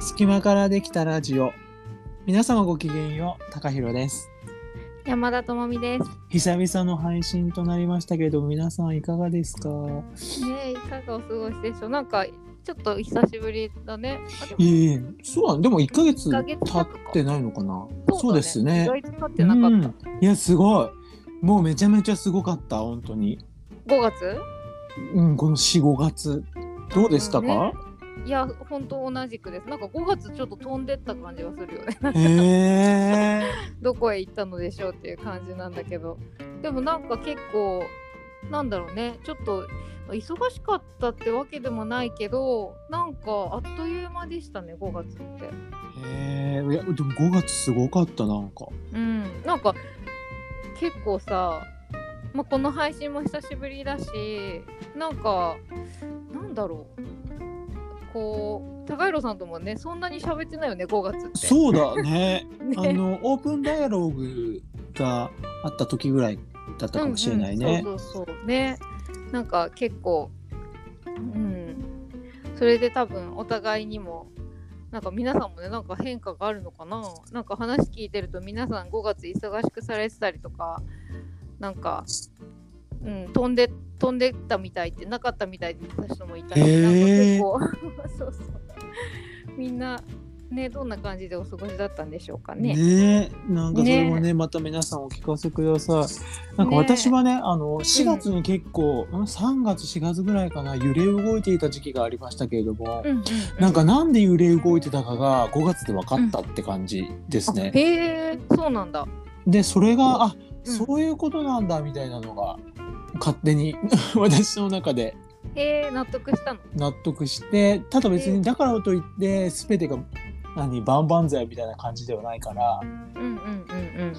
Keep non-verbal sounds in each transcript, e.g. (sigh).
隙間からできたラジオ皆様ごきげんよう高弘です山田智美です。久々の配信となりましたけど皆さんいかがですかねえ、いかがお過ごしでしょう。なんかちょっと久しぶりだね。あでもいえそうなんでも1ヶ月一ヶ月経弱かってないのかなだですね意外と経ってなかった。うんいやすごいもうめちゃめちゃすごかった本当に5月？うんこの45月どうでしたか、いや、本当同じくです。なんか5月ちょっと飛んでった感じがするよね。へえ (laughs) どこへ行ったのでしょうっていう感じなんだけど。でもなんか結構なんだろうね。ちょっと忙しかったってわけでもないけど、なんかあっという間でしたね。5月って。へえいやでも5月すごかったなん (laughs) かうん、なんか結構さ、まあ、この配信も久しぶりだしなんかなんだろうこう高弘さんともねそんなに喋ってないよね5月って。そうだねうねあのオープンダイアローグがあった時ぐらいだったかもしれないね。うんうんそうそうそうねなんか結構うんそれで多分お互いにもなんか皆さんもねなんか変化があるのかななんか話聞いてると皆さん5月忙しくされてたりとかなんか、うん、飛んで飛んでったみたいってなかったみたいって言ってた人もいたり、へーなんか結構 (laughs) そうそうみんなねどんな感じでお過ごしだったんでしょうかね。ねえなんかそれもねねまた皆さんお聞かせください。なんかねえ私はねあの4月に結構、うん3月4月ぐらいかな揺れ動いていた時期がありましたけれども、うんうんうんなんかなんで揺れ動いてたかが5月で分かったって感じですね。あへえそうなんだ。でそれがあ、うんそういうことなんだみたいなのが勝手に (laughs) 私の中でへえ納得したの。納得してただ別にだからといって全てが何万々歳みたいな感じではないからうんうんうん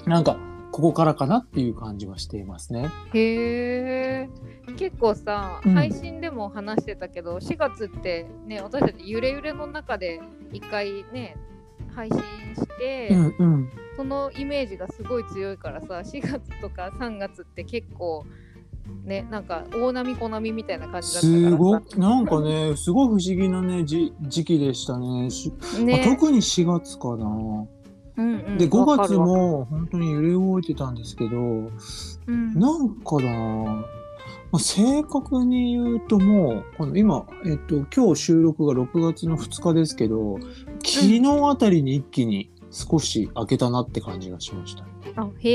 うん。なんかここからかなっていう感じはしていますね。へえ。結構さ、うん配信でも話してたけど、4月ってね、私たちゆれゆれの中で一回ね、配信して、うんうん、そのイメージがすごい強いからさ、4月とか3月って結構ね、なんか大波小波みたいな感じだったからすさ。ごくなんかねすごい不思議なねじ時期でしたねしまあね。特に4月かな。うんうんで5わか月るわも本当に揺れ動いてたんですけどうんなんかだな、まあ正確に言うともうこの今、えっと、今日収録が6月の2日ですけど昨日あたりに一気に少し開けたなって感じがしました。あへ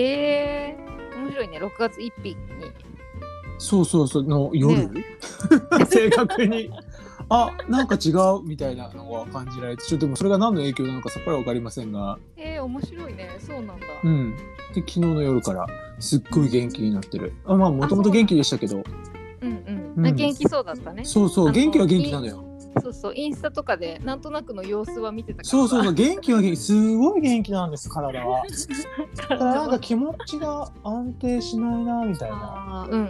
え。面白いね、6月1日に。そうそうそうの夜、正確に。あなんか違うみたいなのが感じられてちょっとでもそれが何の影響なのかさっぱり分かりませんが、えー、面白いね、そうなんだ。うん、で昨日の夜からすっごい元気になってるあまあもともと元気でしたけどうんううんん、なんか元気そうだったね。そうそあうの元気は元気なのよ。そうそう、インスタとかでなんとなくの様子は見てたからさ。そうそうそう元気は元気すごい元気なんです体は。だからなんか気持ちが安定しないなみたいな、 (laughs) あーうんう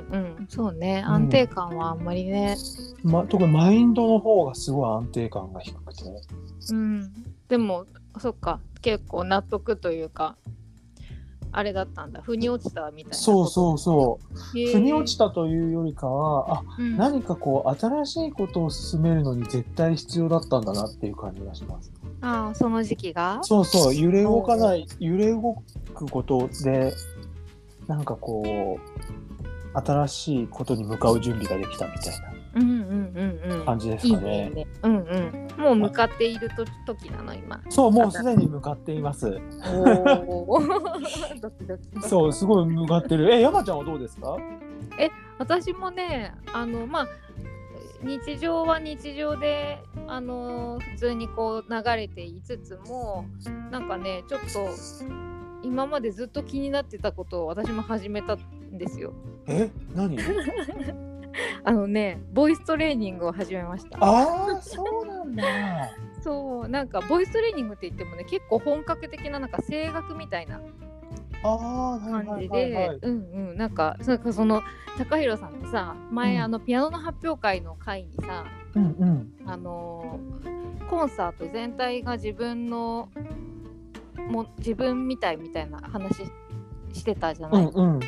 ん、そうね、安定感はあんまりね。ま、特にマインドの方がすごい安定感が低くてうん、でも、そっか、結構納得というか。あれだったんだ、腑に落ちたみたいな。そうそうそうう腑に落ちたというよりかはあた。うん何かこう新しいことを進めるのに絶対必要だったんだなっていう感じがしますああ、その時期が。そうそう揺れ動かない揺れ動くことでなんかこう新しいことに向かう準備ができたみたいうんうんうんうん。な感じですいいかねねいいね。うんうん。もう向かっていると時なの (laughs) 今。そうもうすでに向かっていますおお。 (laughs) ドキドキドキそう、すごい向かってる。え、山ちゃんはどうですか。私もねあのまあ日常は日常であの普通にこう流れていつつもなんかねちょっと今までずっと気になってたことを私も始めたんですよ。え、何。あのねボイストレーニングを始めました。 (laughs) ああ、そうなんだ。そうなんかボイストレーニングって言ってもね結構本格的ななんか声楽みたいなああ、はい感はじいはいはでい、。うんうん、なんか、なんかその、高弘さんがさ、前、うんあのピアノの発表会の会にさ。うんうん。あのーコンサート全体が自分のも自分みたいみたいな話ししてたじゃうない、んうんうんうん、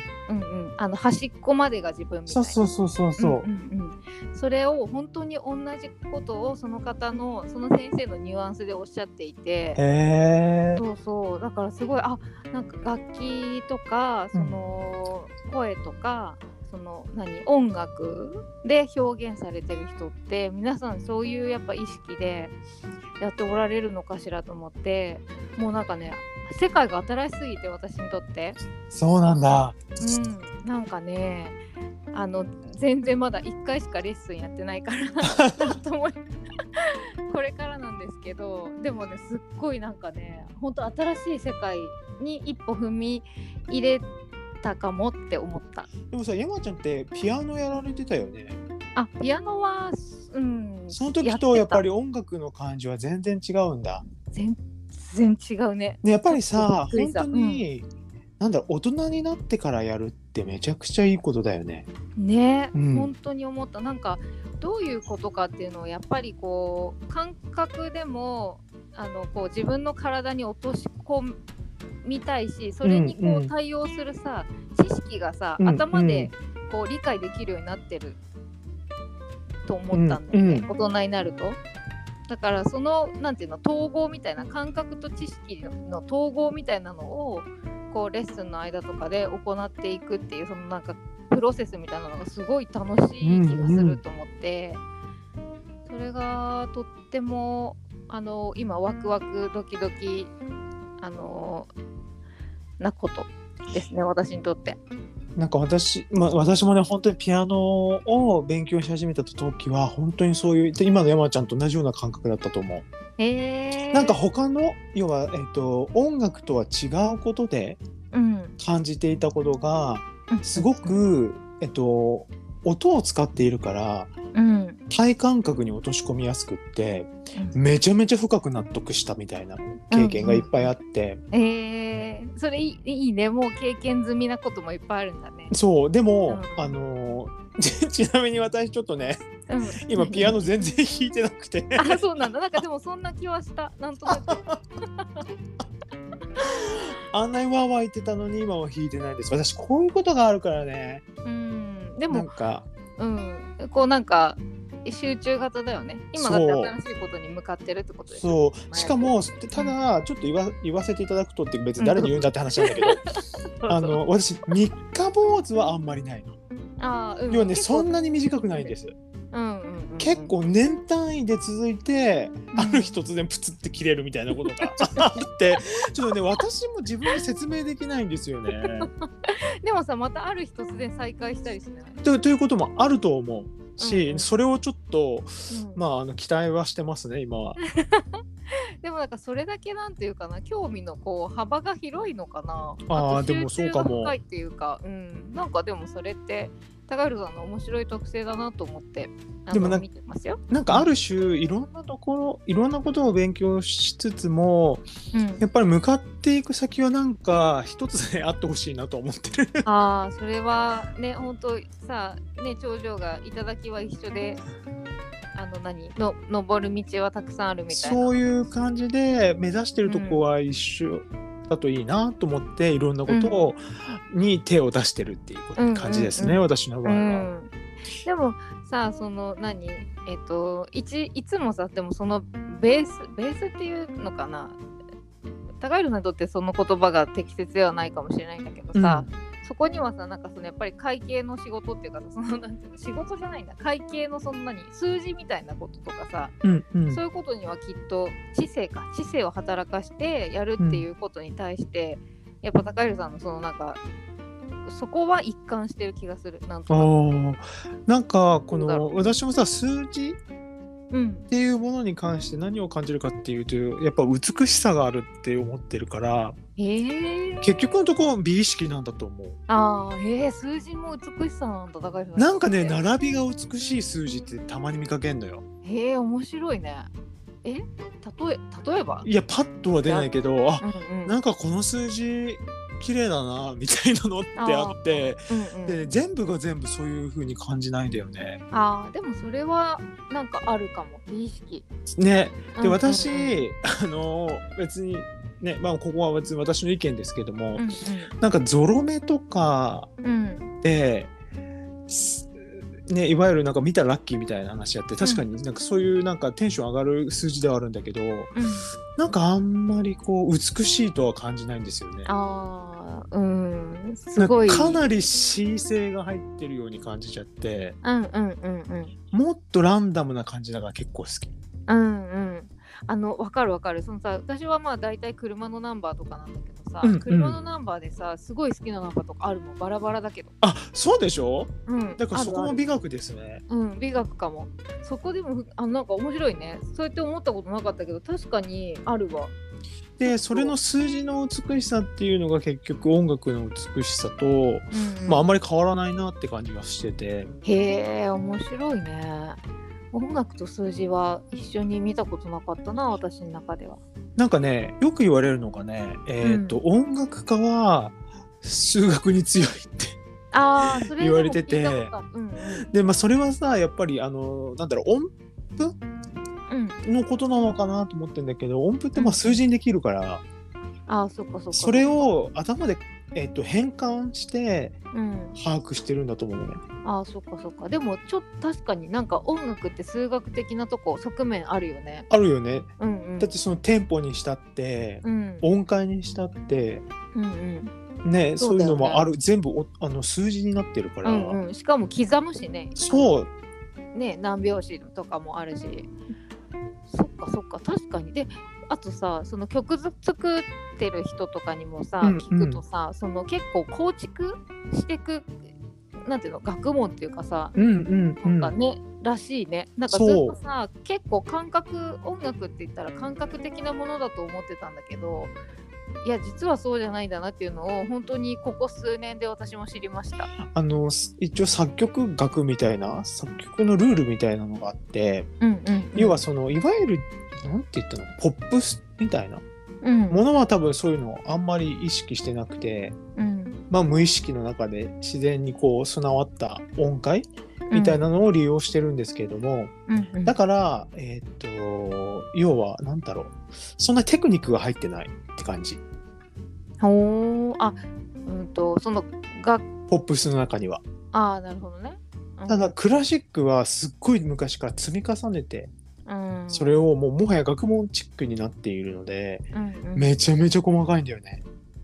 あの端っこまでが自分みたそいうなそうそうそうそううんうんうんそれを本当に同じことをその方のその先生のニュアンスでおっしゃっていてへえそうそうだからすごいあなんか楽器とかその声とか、その何音楽で表現されてる人って皆さんそういうやっぱ意識でやっておられるのかしらと思ってもうなんかね世界が新しすぎて私にとって。そうなんだうん、なんかねあの全然まだ1回しかレッスンやってないから (laughs) なんとも (laughs) これからなんですけどでもねすっごいなんかね本当新しい世界に一歩踏み入れたかもって思ったでもさ山ちゃんってピアノやられてたよねあピアノはうんその時とやっぱりり音楽の感じは全然違うんだ全然違うねでやっぱりちょさっとび本っくりした当に、なんだろう大人になってからやるってめちゃくちゃいいことだよねね、うん本当に思ったなんかどういうことかっていうのをやっぱりこう感覚でもあのこう自分の体に落とし込みたいしそれにうんこうんう対応するさ、知識がさ、うん頭でこう理解できるようになってると思ったんだよね、うんうん大人になると。だからそのなんていうの統合みたいな感覚と知識の統合みたいなのをこうレッスンの間とかで行っていくっていうそのなんかプロセスみたいなのがすごい楽しい気がすると思って、それがとってもあの今ワクワクドキドキあのなことですね私にとって。なんか私,、まあ、私もね本当にピアノを勉強し始めた時は本当にそういう今の山ちゃんと同じような感覚だったと思う。えー、なんか他の要は、えっと音楽とは違うことでうん感じていたことがすご、く、えっと、音を使っているからうん体感覚に落とし込みやすくってうんめちゃめちゃ深く納得したみたいな経験がいっぱいあって、えー、それいいいいねもう経験済みなこともいっぱいあるんだね。そうでも、うんあの (laughs) ちちなみに私ちょっとねうん今ピアノ全然弾いてなくて。あそうなんだなんかでもそんな気はしたなんとなく。あんなにわーわー言ってたのに今は弾いてないです。私こういうことがあるからね。うん、でなんも、かうん、こうなんか集中型だよね。今だってそう新しいことに向かってるってことです。そうしかもただちょっと言わ言わせていただくとって別に誰に言うんだって話なんだけど、そうそうあの私三日坊主はあんまりないの。あー、うん、要はねそんな、なに短くないんです。うんうんうんうん、結構年単位で続いて、うんある日突然プツって切れるみたいなことが (laughs) あってちょっとね私も自分に説明できないんですよね。でもさまたある日突然再開したりしない。とということもあると思うし、うんうんそれをちょっとうんまああの期待はしてますね今は。でもなんかそれだけなんていうかな興味のこう幅が広いのかなあーとでもそうかも集中が深いっていうか、うん、なんかでもそれって高弘さんの面白い特性だなと思ってあのでもなんか見てますよ、なんかある種いろんなところいろんなことを勉強しつつもうんや、っぱり向かっていく先はなんか一つであってほしいなと思ってる (laughs) ああそれはね本当さね頂上が頂きは一緒であの何の登る道はたくさんあるみたいなそういう感じで目指してるとこは一緒だといいなと思って、いろんなことを、に手を出してるっていう感じですね、うんうん私の場合うは。ん、でもさその何えっ、といちいつもさでもそのベースベースっていうのかな高弘さんにとってその言葉が適切ではないかもしれないんだけどさ、そこにはさなんかそのやっぱり会計の仕事っていうかさそのなんていうの仕事じゃないんだ会計のそんなに数字みたいなこととかさ、うんうんそういうことにはきっと知性か知性を働かしてやるっていうことに対して、やっぱ高弘さんのそのなんかそこは一貫してる気がするなんとあなーく。なんかこどうだろの私もさ数字うんっていうものに関して何を感じるかっていうとやっぱ美しさがあるって思ってるからええ結局のところ美意識なんだと思う。ああええ数字も美しさなんだ高いなんかね並びが美しい数字ってたまに見かけんのよ。ええ面白いねえ例え例えばいやパッとは出ないけどあうんうんなんかこの数字綺麗だなみたいなのってあってうんうんで全部が全部そういう風に感じないんだよね。ああでもそれはなんかあるかも美意識ねうんでうん私あの別にね、まあここは別に私の意見ですけども、うんなんかゾロ目とかうんで、すね、いわゆるなんか見たらラッキーみたいな話やって確かになんかそういうなんかテンション上がる数字ではあるんだけど、うんなんかあんまりこう美しいとは感じないんですよね。ああうんすごいなんかかなり C 性が入ってるように感じちゃってうんうんうんうんもっとランダムな感じだから結構好き。うんうんあのわかるわかるそのさ私はまあ大体車のナンバーとかなんだけどさ、うんうん車のナンバーでさすごい好きなナンバーとかあるもんバラバラだけどあそうでしょうんだからそこあるあもる美学ですね。うん、美学かもそこでもふあなんか面白いねそうやって思ったことなかったけど確かにあるわでそれの数字の美しさっていうのが結局音楽の美しさと、うんうんまあ、あんまり変わらないなって感じがしててへえ面白いね音楽と数字は一緒に見たことなかったな私の中ではなんかねよく言われるのがね、えーと音楽家は数学に強いって。ああそれ言われててでも聞いたことあるうんうん (laughs) でまあそれはさやっぱりあのなんだろう音うんのことなのかなと思ってんだけど音符ってまあ数字にできるから、ああそっかそっかそれを頭で、えっと変換してうん把握してるんだと思うのね。ああそっかそっかでもちょっと確かになんか音楽って数学的なとこ側面あるよねあるよね。うんうんだってそのテンポにしたって、うん音階にしたってうんうんねそそうういだよねうのもある全部おあの数字になってるかうら、んうんしかも刻むしねそうね何拍子とかもあるしそっかそっか確かにであとさその曲作ってる人とかにもさ、うんうん聞くとさその結構構築してくなんていうの学問っていうかさうんうなんんうかんね、らしいねなんかずそっうとさ結構感覚音楽って言ったら感覚的なものだと思ってたんだけどいや実はそうじゃないんだなっていうのを本当にここ数年で私も知りました。あのす一応作曲学みたいな作曲のルールみたいなのがあって、うんうんうん要はそのいわゆるなんて言ったのポップスみたいなうんものは多分そういうのをあんまり意識してなくて、うんまあ、無意識の中で自然にこう備わった音階みたいなのを利用してるんですけれども、うんうんだから、えーっと要は何だろうそんなテクニックが入ってないって感じおーあうんとそのがポップスの中には。あーなるほどね。うんただクラシックはすっごい昔から積み重ねてうん、それをもうもはや学問チックになっているのでうんうん、めちゃめちゃ細かいんだよね。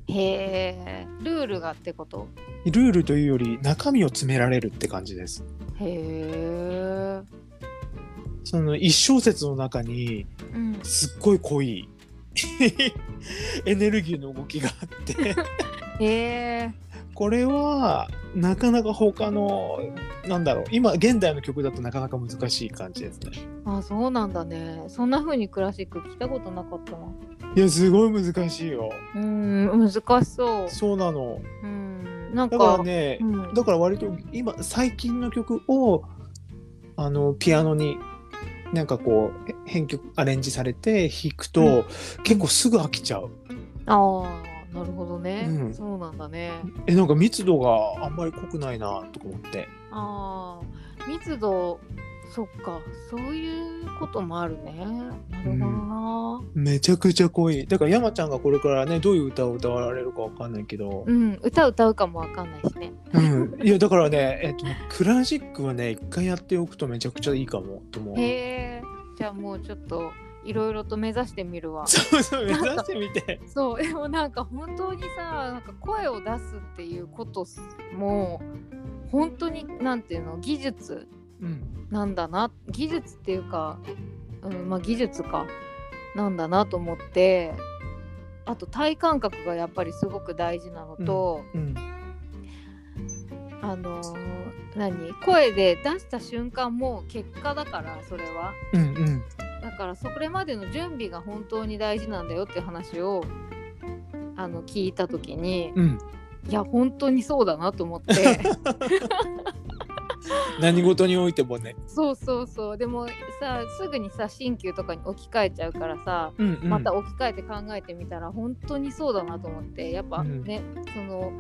へえルールがってことルールというより中身を詰められるって感じです。へえ、その一小節の中にうん、すっごい濃い (laughs) エネルギーの動きがあ (laughs) ってへえこれはなかなか他のなんだろう今現代の曲だとなかなか難しい感じですね。あそうなんだねそんな風にクラシック聞いたことなかったないやすごい難しいよ。うーん難しそうそうなの。うんなんかだからねう、ん、だから割と今最近の曲をあのピアノになんかこうへ編曲アレンジされて弾くと、うん結構すぐ飽きちゃう。ああなるほどね、うんそうなんだねえなんか密度があんまり濃くないなとか思って。ああ密度そっかそういうこともあるねなるほどな、めちゃくちゃ濃いだから山ちゃんがこれからねどういう歌を歌われるかわかんないけどう、ん、歌歌うかもわかんないしね。うん、 (laughs) いやだからね、えっと、クラシックはね一回やっておくとめちゃくちゃいいかもと思うへえ、じゃあもうちょっといろいろと目指してみ (laughs) るわ。そうそう目指してみ (laughs) てそう、でもなんか本当にさ、なんか声を出すっていうことすもう本当になんていうの技術うんなんだな、技術っていうか、うん、まあ技術かなんだなと思って。あと体感覚がやっぱりすごく大事なのと、うんあのー何声で出した瞬間もう結果だからそれはうんうんだからそれまでの準備が本当に大事なんだよっていう話をあの聞いた時にうんいや本当にそうだなと思って (laughs) 何事においてもね、そうそうそうでもさすぐにさ鍼灸とかに置き換えちゃうからさうんうんまた置き換えて考えてみたら本当にそうだなと思ってやっぱね、その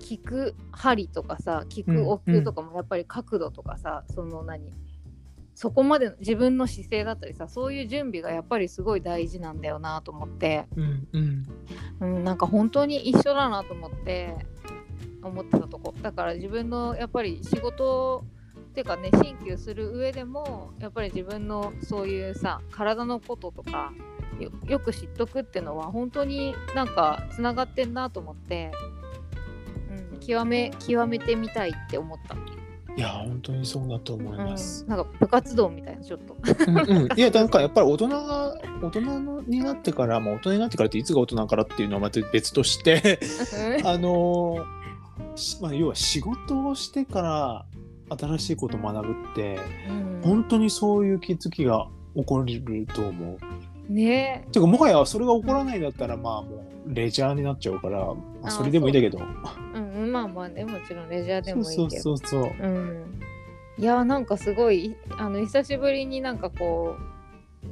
聞く針とかさ聞くお灸とかもやっぱり角度とかさ、その何そこまでの自分の姿勢だったりさそういう準備がやっぱりすごい大事なんだよなと思って、うんうんうん、なんか本当に一緒だなと思って思ってたとこだから自分のやっぱり仕事っていうかね鍼灸する上でもやっぱり自分のそういうさ体のこととかよよく知っとくってのは本当になんかつながってんなと思って、うん、極め極めてみたいって思った、いや本当にそうだと思ういん、なまんす。か部活動みたいなちょっとうんうん、いやなんかやっぱり大人が大人のになってから、まあ、大人になってからっていつが大人からっていうのはまた別としてあのーしまあ、要は仕事をしてから新しいことを学ぶって (laughs) 本当にそういう気づきが起こると思う。ねてかもはやそれが起こらないんだったらまあもうレジャーになっちゃうから、まああーそれでもいいんだけどうん、まあまあねもちろんレジャーでそうもいいけどそうそうそう。うん、いやーなんかすごいいあの久しぶりになんかこ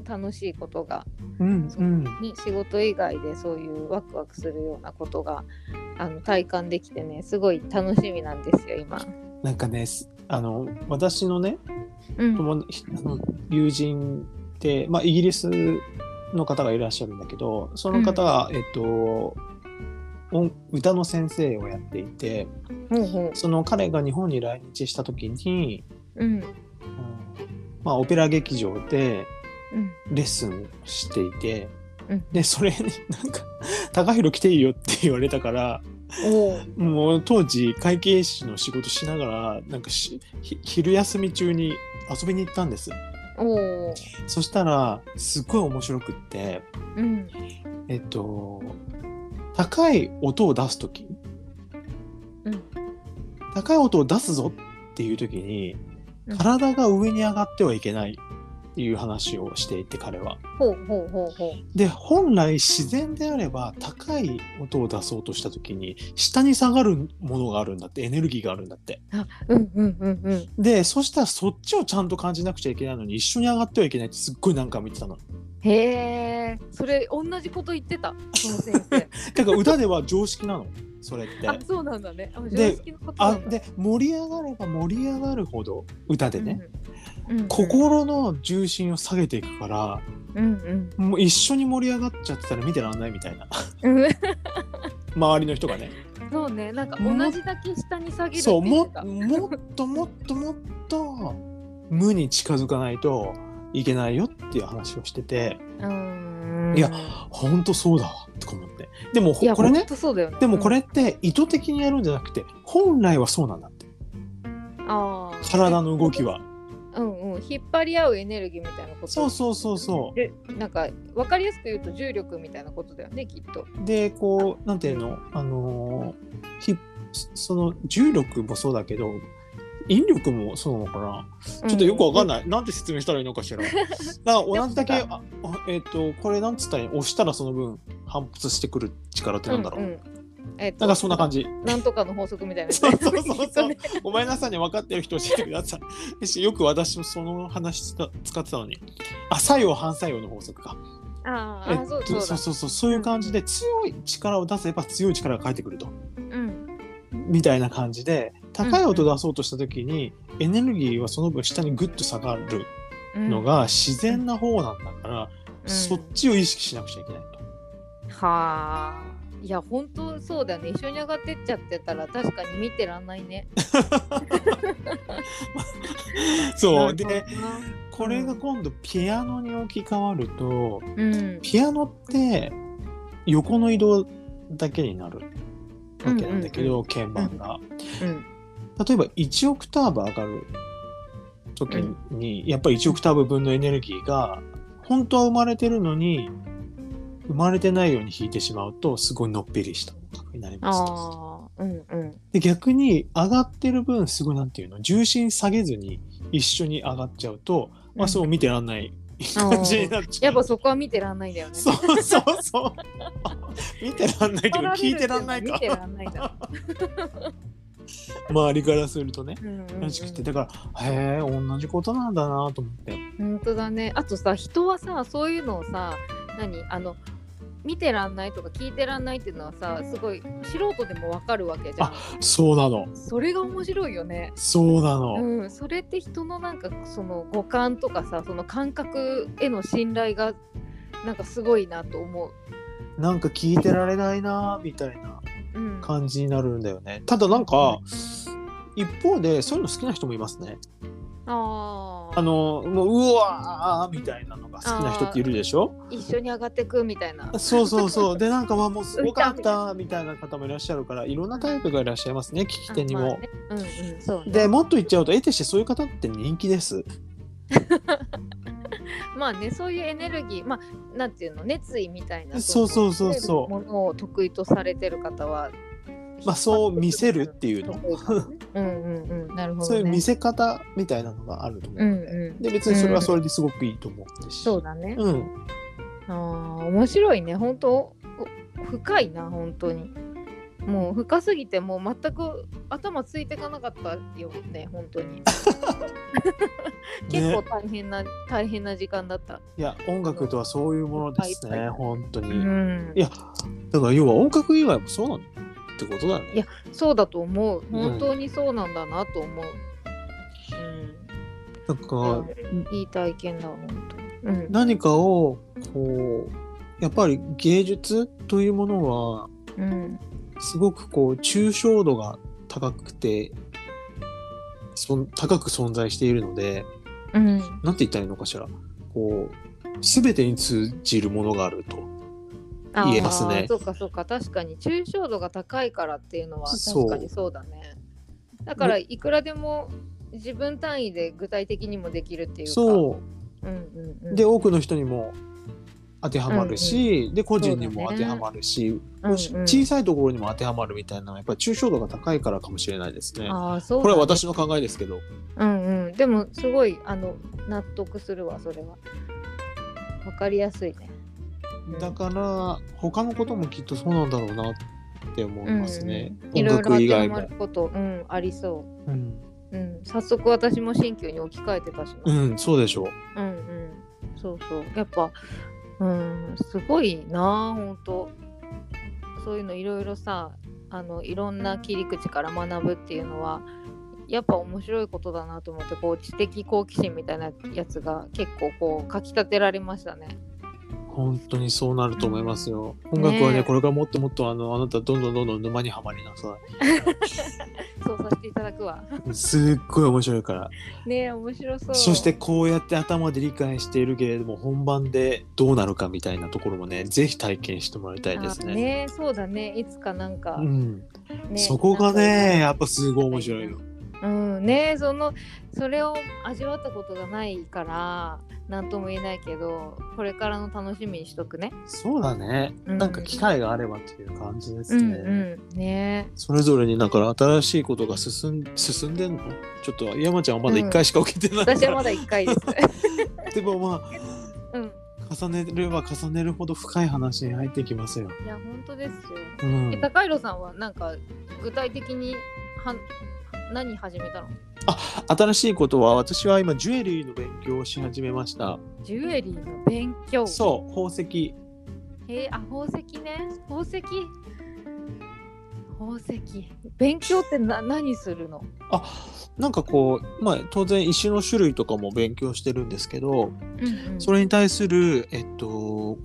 う楽しいことが、うんうんね、仕事以外でそういうワクワクするようなことがあの体感できてねすごい楽しみなんですよ今。なんかねすあの私のねうん友ひあの友人で、まあ、イギリスの方がいらっしゃるんだけどその方が、えっと音歌の先生をやっていてほうほその彼が日本に来日した時に、ううんうんまあ、オペラ劇場でうんレッスンをしていて、うんでそれになんか「高弘来ていいよ」って言われたからおおもう当時会計士の仕事しながらなんかしひ昼休み中に遊びに行ったんです。おおそしたらすっごい面白くってうんえっと高い音を出す時、うん高い音を出すぞっていう時にうん体が上に上がってはいけないっていう話をしていて彼は。ほうほうほうほで本来自然であれば高い音を出そうとした時に下に下がるものがあるんだってエネルギーがあるんだって。ううんうんうんうんでそしたらそっちをちゃんと感じなくちゃいけないのに一緒に上がってはいけないってすっごいなんか見てたの。へえそれ同じこと言ってたその先 (laughs) 生だから歌では常識なのそれって。あそうなんだねあで常識のことなあんだで盛り上がれば盛り上がるほど歌でね、うんうん心の重心を下げていくからうんうんもう一緒に盛り上がっちゃってたら見てらんないみたいな (laughs) うん周りの人がねそうね、なんかも同じだけ下に下げるってそう言もってた。もっともっともっと無に近づかないといけないよっていう話をしててうんいやほんとそうだわとか思ってでもいやこれほんねとそうだよね。でもこれ、れって意図的にやるんじゃなくて本来はそうなんだってあー体の動き。はうんうん、引っ張り合うエネルギーみたいなこと。そうそうそうそうでなんか分かりやすく言うと重力みたいなことだよねきっと。でこうなんていうのあのーひその重力もそうだけど引力もそうなのかなちょっとよくわかんない。ない、なんて説明したらいいのかし (laughs) らだから同じだけやっああえっ、とこれなんつったらいい押したらその分反発してくる力ってなんだろう、んんえっとなんかそんな感じ。なんとかの法則みたいな。そうそうそうそう (laughs) きっとねごめんなさいね、分かってる人教えてください。 (laughs) しよく私もその話使使ってたのに。あ、作用反作用の法則か。あえーっあー、そうとそうだ。そうそう、そういう感じで強い力を出せば強い力が返ってくると。うん。みたいな感じで高い音出そうとした時に、エネルギーはその分下にグッと下がるうんの、が自然な方なんだから、うんそっちを意識しなくちゃいけないと。はあ。いや本当そうだよね一緒に上がってっちゃってたら確かに見てらんないね。そうなるでほどなこれが今度ピアノに置き換わるとうん、ピアノって横の移動だけになるわけなんだけど、鍵盤が。うん例えば1オクターブ上がる時に、やっぱり1オクターブ分のエネルギーが本当は生まれてるのに生まれてないように弾いてしまうとすごいのっぺりした音楽になりますと。ああ、うんうん。で逆に上がってる分すごいなんていうの重心下げずに一緒に上がっちゃうと、まあそう見てらんない感じになっちゃやっう。ぱそこは見てらんないんだよね。そうそうそう。 (laughs) 見てらんないけど聞いてらんないか見てらんないだろ周りからするとね。う。うんうん、うらん。しくてだからへえ同じことなんだなと思って。本当だね。あとさ、人はさ、そういうのをさ、何あの、見てらんないとか聞いてらんないっていうのはさすごい素人でもわかるわけじゃんそうなのそれが面白いよねそうなの、うん、それって人のなんかその五感とかさその感覚への信頼がなんかすごいなと思う、なんか聞いてられないなみたいなうん、感じになるんだよねただなんか一方でそういうの好きな人もいますねあああのもううわーみたいなのが好きな人っているでしょ一緒に上がってくみたいなそうそう (laughs) そうでなんかまあもうすごかったみたいな方もいらっしゃるからいろんなタイプがいらっしゃいますね聞き手にあまもあね、うんうんそうねでもっと言っちゃうと得てしてそういう方って人気ですまあねそういうエネルギーまあなんていうの熱意みたいなそうそうそうそうものを得意とされてる方はまあそう見せるっていうの得意かもねうんうんうんなるほど、ね、そういう見せ方みたいなのがあると思ううのんで,、うんで別にそれはそれですごくいいと思うし、そうだね、うん、あー面白いね本当お深いな本当にもう深すぎてもう全く頭ついていかなかったよね本 (laughs) 当に結ね構大変な、大変な時間だったいや音楽とはそういうものですいっぱいいねっぱ本当に、うんいやだから要は音楽以外もそうなのってことだよねいやそうだと思ううん本当にそうなんだなと思う、なんかうん、いい体験だわ本当に、うん、何かをこうやっぱり芸術というものはうん、すごくこう抽象度が高くてそん高く存在しているのでうん、なんて言ったらいいのかしらこう全てに通じるものがあるとあ言えますねーそうかそうか確かに抽象度が高いからっていうのはそう確かにそうだね。だからいくらでも自分単位で具体的にもできるっていうか。。そううんうんうん、うで多くの人にも当てはまるし、で個人にも当てはまるし、うんうん小さいところにも当てはまるみたいなのはやっぱり抽象度が高いからかもしれないですね。あーそうだこれねは私の考えですけどうんうん。でもすごいあの納得するわそれは。わかりやすいね。うんだから他のこともきっとそうなんだろうなって思いますね、うんうんいろい音ろ当楽以ては外まもる。こと、うん、ありそうん、う。うん、早速私も新旧に置き換えてたしな。うん、そうでしょう。うんうんそうそうやっぱうんすごいなあほんとそういうのいろいろさあのいろんな切り口から学ぶっていうのはやっぱ面白いことだなと思ってこう知的好奇心みたいなやつが結構こうかきたてられましたね。本当にそうなると思いますよ。音楽はね、ねえこれからもっともっとあのあなたどんどんどんどん沼にはまりなさそうさせていただくわ。い。すっごい面白いから。 (laughs) ねえ面白そう。そしてこうやって頭で理解しているけれども本番でどうなるかみたいなところもねぜひ体験してもらいたいですあね。ねえそうだねいつかなんか、うん、ねそこがなんねかやっぱすごい面白いよ。うんねそのそれを味わったことがないから何とも言えないけどこれからの楽しみにしとくね。そうだね、うんなんか機会があればという感じでうすんね。うんねそれぞれになんか新しいことが進ん進んでんのちょっと山ちゃんはまだ1回しか受けてないか私はら、まだ1回です。でもまあうん、重ねれば重ねるほど深い話に入ってきますよ。いや本当ですよ。うんえ高弘さんはなんか具体的には何始めたの新しいことは私は今ジュエリーの勉強をし始めました。ジュエリーの勉強。そう宝石えーあ宝石ね宝石宝石勉強ってな何するのなんかこう、まあ、当然石の種類とかも勉強してるんですけど、うんうんそれに対する、えっと、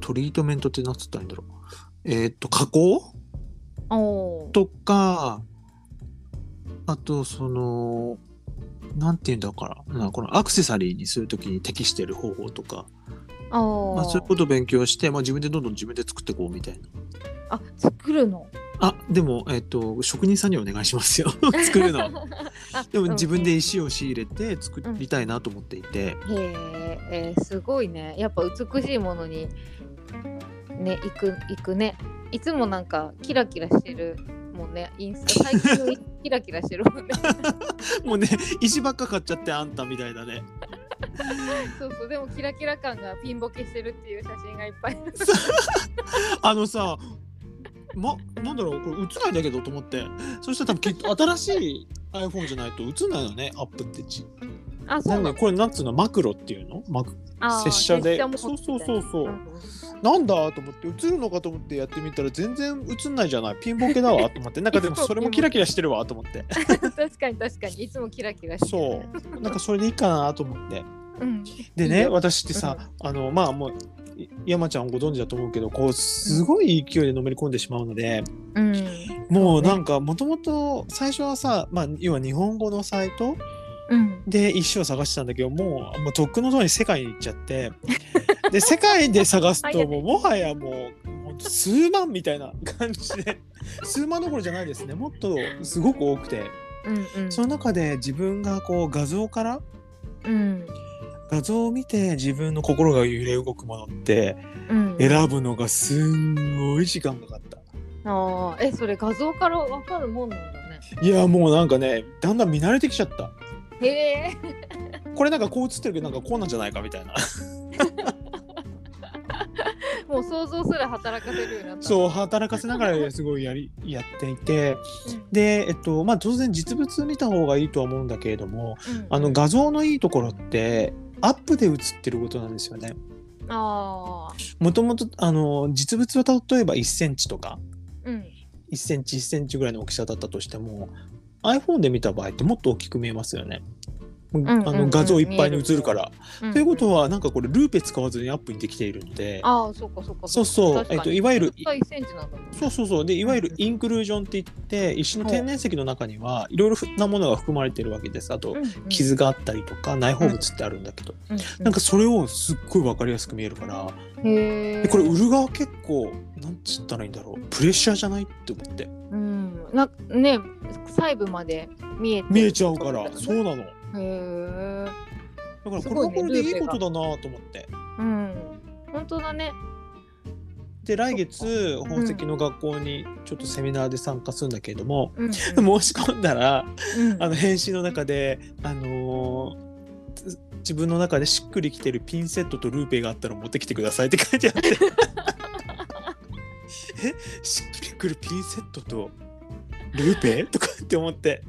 トリートメントって何つったらいいんだろう、えっと、加工おーとかあとそのなんていうんだからなこのアクセサリーにするときに適してる方法とか、おーまあ、そういうことを勉強して、まあ、自分でどんどん自分で作っていこうみたいな。あ作るのあでも、えっと、職人さんにお願いします (laughs) よ作るのは。あでも自分うんで石を仕入れて作りたいなと思っていて。うんへええーすごいねやっぱ美しいものにね行く行くねいつもなんかキラキラしてるもんねインス (laughs) タ最近のキラキラしてるもんねもうね石ばっか買っちゃってあんたみたいだねそうそうでもキラキラ感がピンボケしてるっていう写真がいっぱいあのさまなんだろうこれ映んないんだけどと思ってそしたら多分きっと新しい iPhone (laughs) じゃないと映んないのねアップってちあ、そなうなんんだだ。これなんつうのマクロっていうのマクあー拙者で拙もそ彫うってたそようそうそうなるほどなんだと思って映るのかと思ってやってみたら全然映んないじゃないピンボケだわと思ってなん (laughs) かでもそれもキラキラしてるわと思って (laughs) 確かに確かにいつもキラキラしてるそうなんかそれでいいかなと思ってうんでいいねよ私ってさあのまあもうい山ちゃんご存知だと思うけどこうすごい勢いでのめり込んでしまうのでうんもうなんかもともと最初はさ、まあ、要は日本語のサイトうんで石を探してたんだけどもうもうとっくのとに世界に行っちゃってで世界で探すともうもはやもうもう数万みたいな感じで数万どころじゃないですねもっとすごく多くてうんうんその中で自分がこう画像からうん画像を見て自分の心が揺れ動くものってうん選ぶのがすんごい時間かかった。あーえそれ画像からわかるもんなんだねいやもうなんかねだんだん見慣れてきちゃった。へ (laughs) えこれなんかこう映ってるけどなんかこうなんじゃないかみたい (laughs) な。もう想像すら働かせるようになったそう働かせながらすごいやりやっていて。で、えっとまあ、当然実物見た方がいいとは思うんだけれどもうん、あの画像のいいところってアップで写ってることなんですよね。あもともとあの実物は例えば1センチとかーうん1センチ1センチぐらいの大きさだったとしても iPhone で見た場合ってもっと大きく見えますよね。んあの画像いっぱいに見える映るから。うんということはなんかこれルーペ使わずにアップにできているのでああそうかそうかそうそう、えっと、いわゆる1センチなんだもんねそうそうそうでいわゆるインクルージョンって言って石の天然石の中にはいろいろなものが含まれてるわけですあとうんうん傷があったりとか内包物ってあるんだけど、うんなんかそれをすっごい分かりやすく見えるから、うんへええこれ売る側結構なんつったらいいんだろうプレッシャーじゃないって思ってうんなね細部まで見えてる見えちゃうから、ってことそだうなのよねだかへえらすこれごいはねこれでいいルーペこがとだなと思って。うん本当だねで来月本籍の学校にちょっとセミナーで参加するんだけれども、うんうん申し込んだらうんあの返信の中で、あのーつ自分の中でしっくりきてるピンセットとルーペがあったら持ってきてくださいって書いてあ (laughs) ってえしっくりくるピンセットとルーペとかって思って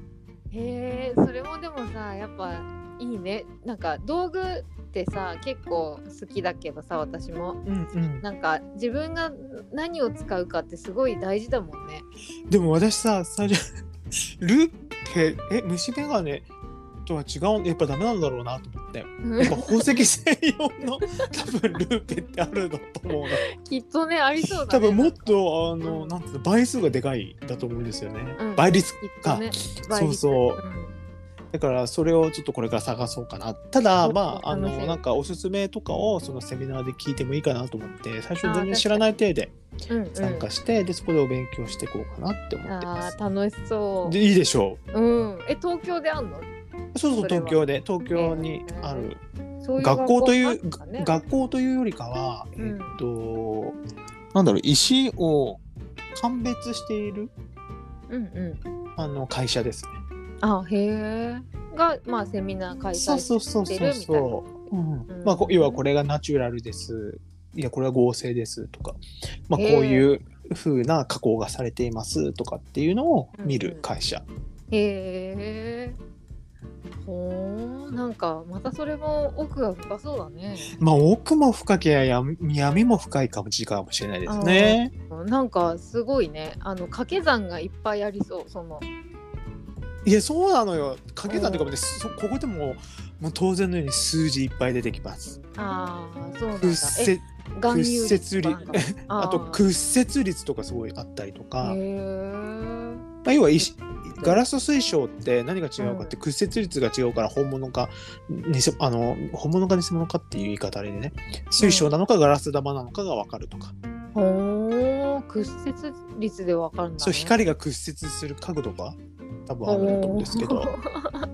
へえそれもでもさやっぱいいねなんか道具ってさ結構好きだけどさ私もうん、なんか自分が何を使うかってすごい大事だもんねでも私さ最初ルーペえ虫眼鏡とは違うやっぱダメなんだろうなと思ってやうっぱん宝石専用の多分ルーペってあるんだと思うな (laughs) きっとねありそうだね多分もっとあの、うんなんていうの倍数がでかいだと思うんですよね、うん倍率きっとか、ねそうそうだからそれをちょっとこれから探そうかなただおまああ楽しのみなんかおすすめとかをそのセミナーで聞いてもいいかなと思って最初あー全然知らない体でうんうん参加して、でそこでお勉強していこうかなって思ってまあすー楽しそうでいいでしょうんえ東京であんのうそうそうそれは東京で東京にえーある、そういう学校とい学う、校があるんだね学校というよりかは、うんえっとなんだろう石を鑑別しているうんうんあの会社ですねあへえ。が、まあ、セミナー開そう催そうそうしそうてるみたいな。そう、うんうんまあ、こ要はこれがナチュラルですいやこれは合成ですとか、まあ、こういう風な加工がされていますとかっていうのを見る会社、へえ。ほう、なんか、またそれも奥が深そうだ (laughs) ね。まあ奥も深けや闇闇も深いかもしかもしれないですねなんか、すごいね。あの、掛け算がいっぱいありそう、その。いやそうなのよ掛け算というかもうねそここでももう当然のように数字いっぱい出てきますああ、そうなんだ。屈え、折含有率とかなんか。あとー屈折率とかすごいあったりとか、へえ。まあ、要は石ガラス水晶って何が違うかって屈折率が違うから本物か偽あの本物か偽物かっていう言い方あれでね水晶なのかガラス玉なのかが分かるとか、ほう、屈折率でわかるんだ、ね。そう光が屈折する角度が多分あると思うんですけ (laughs) おどー。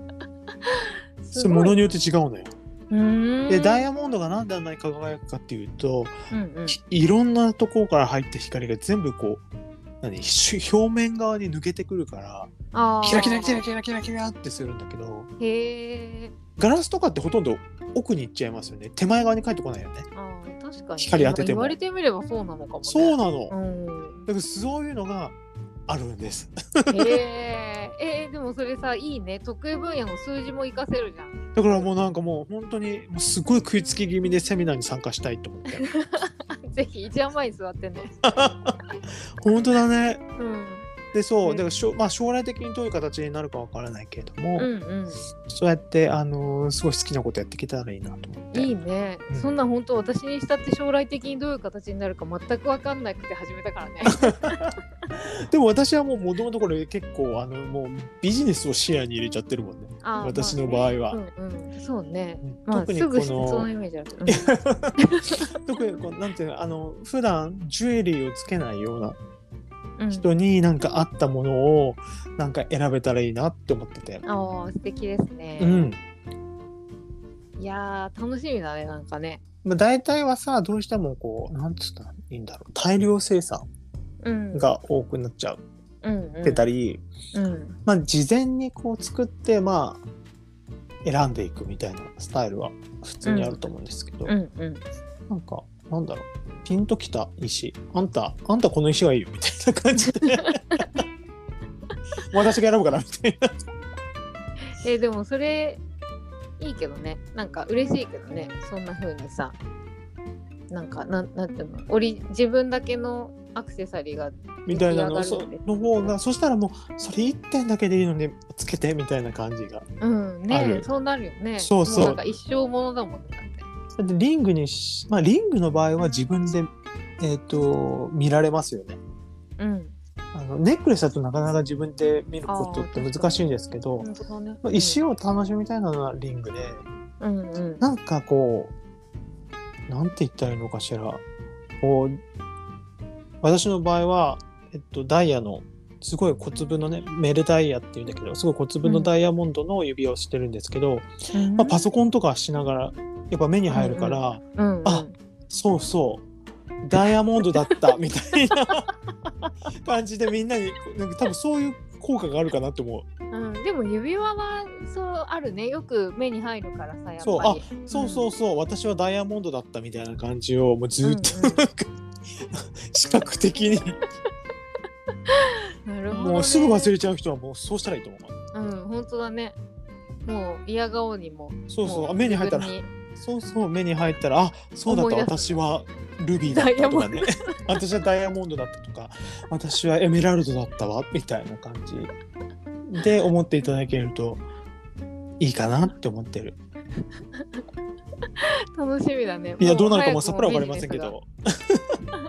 そすれもごのい。によって違うのよ。うーんでダイヤモンドがなんであんなに輝くかっていうと、うんうんきいろんなところから入った光が全部こう何し表面側に抜けてくるからあーキラキラキラキラキラキラってするんだけど。へえ。ガラスとかってほとんど奥に行っちゃいますよね手前側に帰ってこないよねああ確かに光当てても言われてみればそうなのかもねそうなの、うんだからそういうのがあるんです。えー、えーでもそれさいいね得意分野の数字も活かせるじゃんだからもうなんかもう本当にもうすごい食いつき気味でセミナーに参加したいと思 (laughs) って。ぜひ一番前に座ってね本当だね。うんでそう、うんだからしょ、まあ、将来的にどういう形になるかわからないけれども、うんうんそうやって、あのーすごい好きなことやっていけたらいいなと思って。いいね、うんそんな本当私にしたって将来的にどういう形になるか全く分かんなくて始めたからねでも私はもう元々これ結構あのもうビジネスを視野に入れちゃってるもんね。 (laughs) あー私の場合はまあねうんうん、そうねうんまあ特にすこぐそののイメージある、うん特にこうなんていうのあの普段ジュエリーをつけないような (laughs) うん人になんか合ったものをなんか選べたらいいなって思ってて。ああ素敵ですね、うん。いやー楽しみだねなんかねまあ、大体はさどうしてもこうなんつったらいいんだろう大量生産うんが多くなっちゃっうんうんてたり、うんまあ、事前にこう作ってまあ選んでいくみたいなスタイルは普通にあると思うんですけど、うんうんなんかなんだろうピンときた石あんたあんたこの石がいいよみたいな感じ (laughs) で私が選ぶからみたいなえーでもそれいいけどねなんか嬉しいけどねそんな風にさなんかなんなんていうのオリ自分だけのアクセサリーがみたいなの出来上そがるんでの方がそしたらもうそれ1点だけでいいのにつけてみたいな感じがうんあねるそうなるよねそうそうもなんか一生ものだもんねだってだってリングにしまあリングの場合は自分でえっ、と見られますよねうんあのネックレスだとなかなか自分で見ることって難しいんですけど、本当だねまあ石を楽しみたいなのはリングでうんうんなんかこうなんて言ったらいいのかしらこう私の場合は、えっと、ダイヤのすごい小粒のねメルダイヤっていうんだけどすごい小粒のダイヤモンドの指輪をしてるんですけど、まあ、パソコンとかしながらやっぱ目に入るから、うんうんあそうそうダイヤモンドだったみたいな (laughs) 感じでみんなになんか多分そういう効果があるかなって思う。うんでも指輪はそうあるねよく目に入るからさやっぱりそうそうそうそう、私はダイヤモンドだったみたいな感じをもうずっとうんうなんんか、視覚的になるほどねもうすぐ忘れちゃう人はもうそうしたらいいと思う。うん本当だねもう嫌顔にもそうそうもあ目に入ったら自分にそうそう目に入ったらあそうだった思い出私はルビーだったとかね (laughs) 私はダイヤモンドだったとか私はエメラルドだったわみたいな感じで思っていただけるといいかなって思ってる。楽しみだねいやもどうなるかもうさっ早ぱくりわかりませんけビど。ジネスが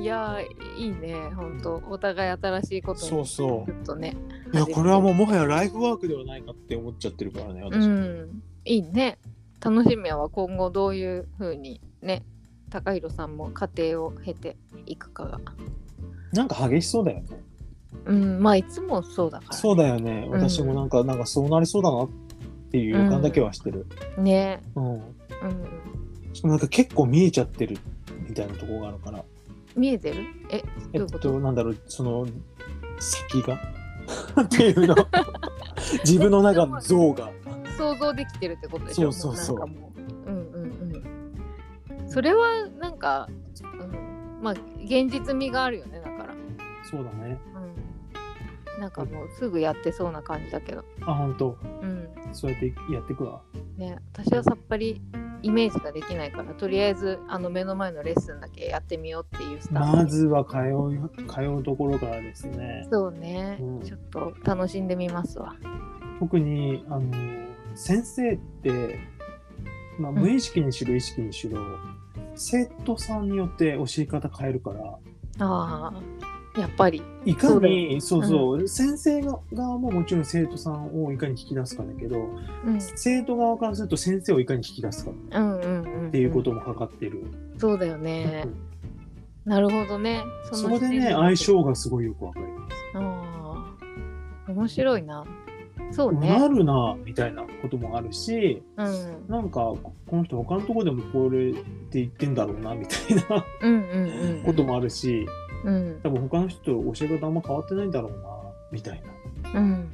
いやーいいね本当お互い新しいことそうにそずっとねう。いやこれはもうもはやライフワークではないかって思っちゃってるからね私。うんいいね楽しみは今後どういうふうにね高弘さんも家庭を経ていくかがなんか激しそうだよね。うんまあいつもそうだかそうだよね。うん私もなんか、なんかそうなりそうだなっていう予感だけはしてる。らねうん。うんしかもなんか結構見えちゃってるみたいなところがあるから。見えてるえどえっういうことと、なんだろう、その、先が (laughs) っていうの。自分の中の像が。想像できてるってことでしょそうそうそうもなんかもううんうんうんそれはなんか、うん、まあ現実味があるよねだからそうだね。うんなんかもうすぐやってそうな感じだけどあ、本当うんそうやってやっていくわ。ね私はさっぱりイメージができないからとりあえずあの目の前のレッスンだけやってみようっていうスタンスまずは通う、通うところからですね。そうね、うんちょっと楽しんでみますわ特に、あの、先生って、まあ、無意識にしろ意識にしろ、生徒さんによって教え方変えるから、あーやっぱりいかにそう,、そう先生が側ももちろん生徒さんをいかに引き出すかだけど、うん生徒側からすると先生をいかに引き出すかっうんうんうんていうこともかかってる、そうだよねなるほどねのそこで視ね点相性がすごいよくわかります、ああ、面白いな。そうなね。るなみたいなこともあるしうん、うんなんかこの人他のとこでもこれって言ってんだろうなみたいなうんうん。こともあるしうん多分他の人と教え方あんま変わってないんだろうなみたいなうん。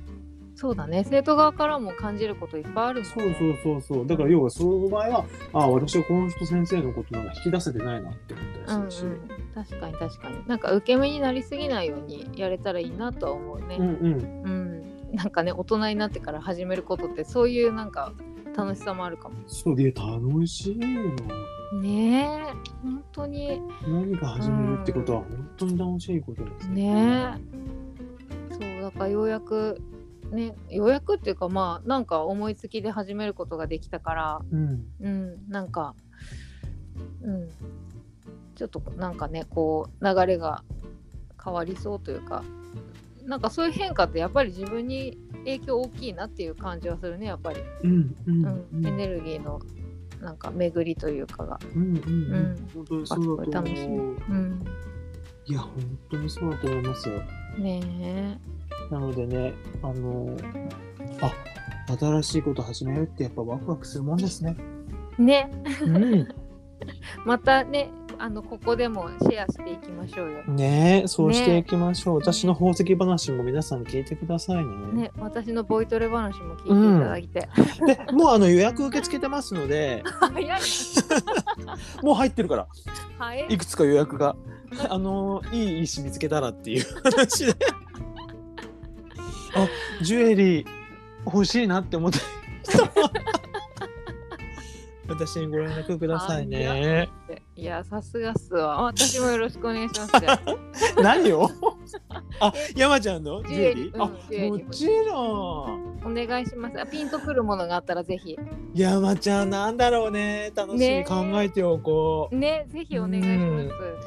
そうだね生徒側からも感じることいっぱいあるもんそうそうそうそうだから要はその場合はああ私はこの人先生のことなんか引き出せてないなって思ったうんうりするしん、確かに確かになんか受け身になりすぎないようにやれたらいいなとは思ううんね、うんうんなんかね大人になってから始めることってそういうなんか楽しさもあるかもそうで楽しいのねえ本当に何か始めるってことは本当に楽しいことですねえそうだからようやくねようやくっていうかまあなんか思いつきで始めることができたからうんうんなんかうんちょっとなんかねこう流れが変わりそうというかなんかそういう変化ってやっぱり自分に影響大きいなっていう感じはするねやっぱり、うんううんんうんエネルギーのなんか巡りというかが、うんうんううんん本当にそうだと楽し思ううん、いや本当にそうだと思いますよねなのでねあのあ新しいこと始めるってやっぱワクワクするもんですね。えねうんまたねあのここでもシェアしていきましょうよ。ねえそうしてねいきましょう、私の宝石話も皆さん聞いてくださいねね、私のボイトレ話も聞いていただいて、でもうあの予約受け付けてますので (laughs) 早い (laughs) もう入ってるから早いいくつか予約が (laughs) あのいい石見つけたらっていう話であジュエリー欲しいなって思 (laughs) った人も私にご連絡くださいねいやさすがっ (laughs) すわ私もよろしくお願いしますじゃあ何 (laughs) をあ山ちゃんのジュエリー、ジュエリーうんジュエリーあもちろんお願いしますあピンとくるものがあったらぜひ山ちゃんなんだろうね楽しみね考えておこう、ねぜひお願いしま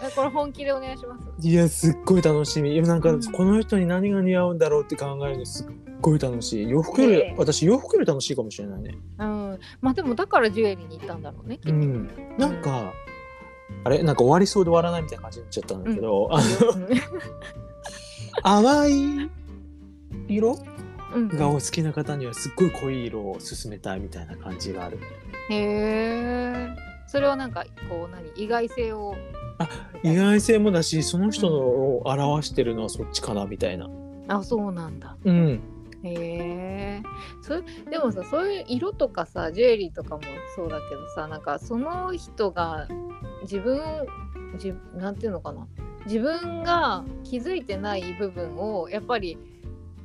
す、えこれ本気でお願いしますいやすっごい楽しみいやなんかうんこの人に何が似合うんだろうって考えるのすっごい楽しい洋服より、ねえ私洋服より楽しいかもしれないねうんまあでもだからジュエリーに行ったんだろうねきっとうんなんか、あれなんか終わりそうで終わらないみたいな感じになっちゃったんだけど、あ淡い色うん (laughs) がお好きな方にはすっごい濃い色を勧めたいみたいな感じがあるへえそれはなんかこう何意外性をあ意外性もだしその人のを表してるのはそっちかなみたいなあそうなんだうんへえそでもさそういう色とかさジュエリーとかもそうだけどさなんかその人が自分じなんていうのかな自分が気づいてない部分をやっぱり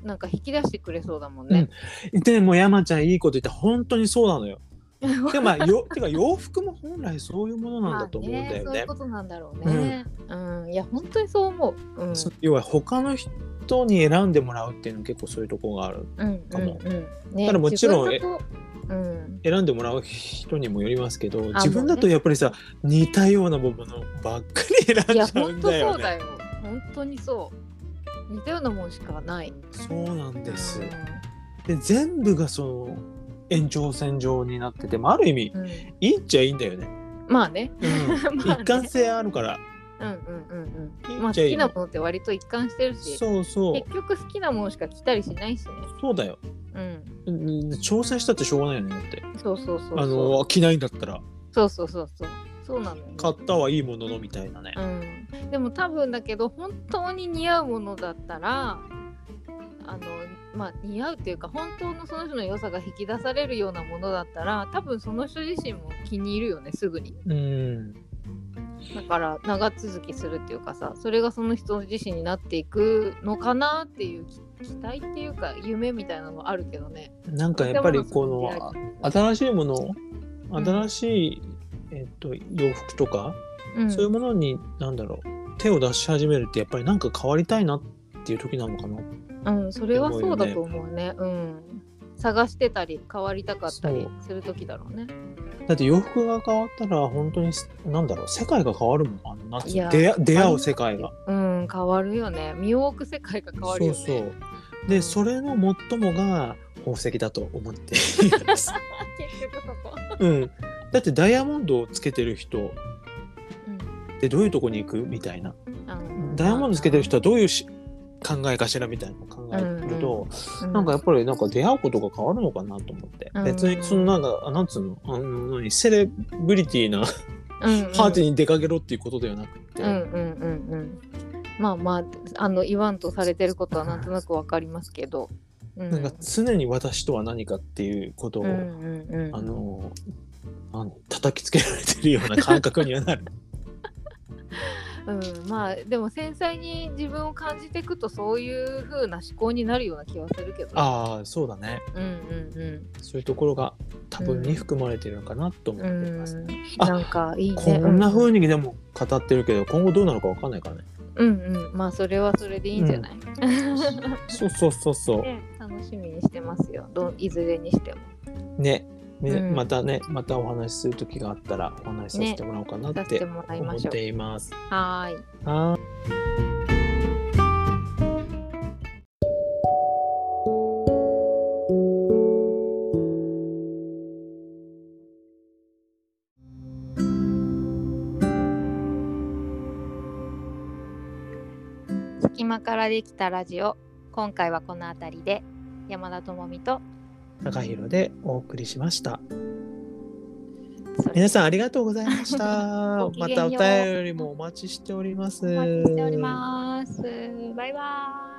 なんか引き出してくれそうだもんね。でも山ちゃんいいこと言って本当にそうなの (laughs) よ。でもまあよてか洋服も本来そういうものなんだと思うんだよまあそういねう。ことなんだろうね。うん、いや本当にそう思う。うん、そう要は他の人に選んでもらうっていうの結構そういうとこがある。うん、かもうん、うん、ねただもちろん自分だとうん、選んでもらう人にもよりますけどあ自分だとやっぱりさ、似たようなものばっかり選いやんじゃう本ん当だよそうねだ。よ。本当にそう。似たようなもんしかない。そうなんですう。で全部がその延長線上になってて、まあ、ある意味んうんいいっちゃいいんだよね。まあね。うん (laughs) まあね一貫性あるから。うんうんうんいいうん。まあっ好ちゃいいきなものって割と一貫してるし、そうそう結局好きなものしか着たりしないしね。そうだよ。うん。うん挑戦したってしょうがないよねだってそうそうそうそう。あの着ないんだったらそうそうそうそう。そうなのよね、買ったはいいもののみたいなね、うん。でも多分だけど本当に似合うものだったら。あのまあ、似合うっていうか本当のその人の良さが引き出されるようなものだったら多分その人自身も気に入るよねすぐにうん、だから長続きするっていうかさそれがその人自身になっていくのかなっていうき期待っていうか夢みたいなのもあるけどね。なんかやっぱりこのあ新しいものん新しい、えっと、洋服とか、うん、そういうものに何だろう手を出し始めるってやっぱりなんか変わりたいなっていう時なのかなうん、それはそうだと思うね。うん、探してたり変わりたかったりそする時だろうね。だって洋服が変わったら本当に何だろう世界が変わるもんあのなんつういや出会出会う世界が。うん、変わるよね。身を置く世界が変わるよね。そうそうでそれの最もが宝石だと思っています。結局そこ。うん、だってダイヤモンドをつけてる人うんってどういうとこに行くみたいなあのダイヤモンドつけてる人はどういうし考えかしらみたいなのを考えると、うんなんかやっぱりなんか出会うことが変わるのかなと思って、うん別にそのなんかあなんつうのあの何セレブリティなうんうんパーティーに出かけろっていうことではなくて、うんうんうんうんまあまああの言わんとされてることはなんとなくわかりますけど、うんなんか常に私とは何かっていうことを、うんうんうんあの何叩きつけられてるような感覚には (laughs) なるうん、まあでも繊細に自分を感じていくとそういう風な思考になるような気はするけどねああそうだねうんうんそういうところが多分に含まれてるのかなと思っうんています、うんあなんかいいねこんな風にでも語ってるけど今後どうなるかわかんないから (laughs) ねうんうんまあそれはそれでいいんじゃない、そうそうそうそ (laughs) ね楽しみにしてますよどういずれにしてもうねね、うんまたねまたお話しする時があったらお話しさせてもらおうかなさっせててもらい思ましょっうています、はーいは隙間からできたラジオ今回はこの辺りで山田智美とい中広でお送りしましたそれ皆さんありがとうございましたま (laughs) ごきげんたよおう便りもお待ちしておりますお待ちしておりますバイバーイ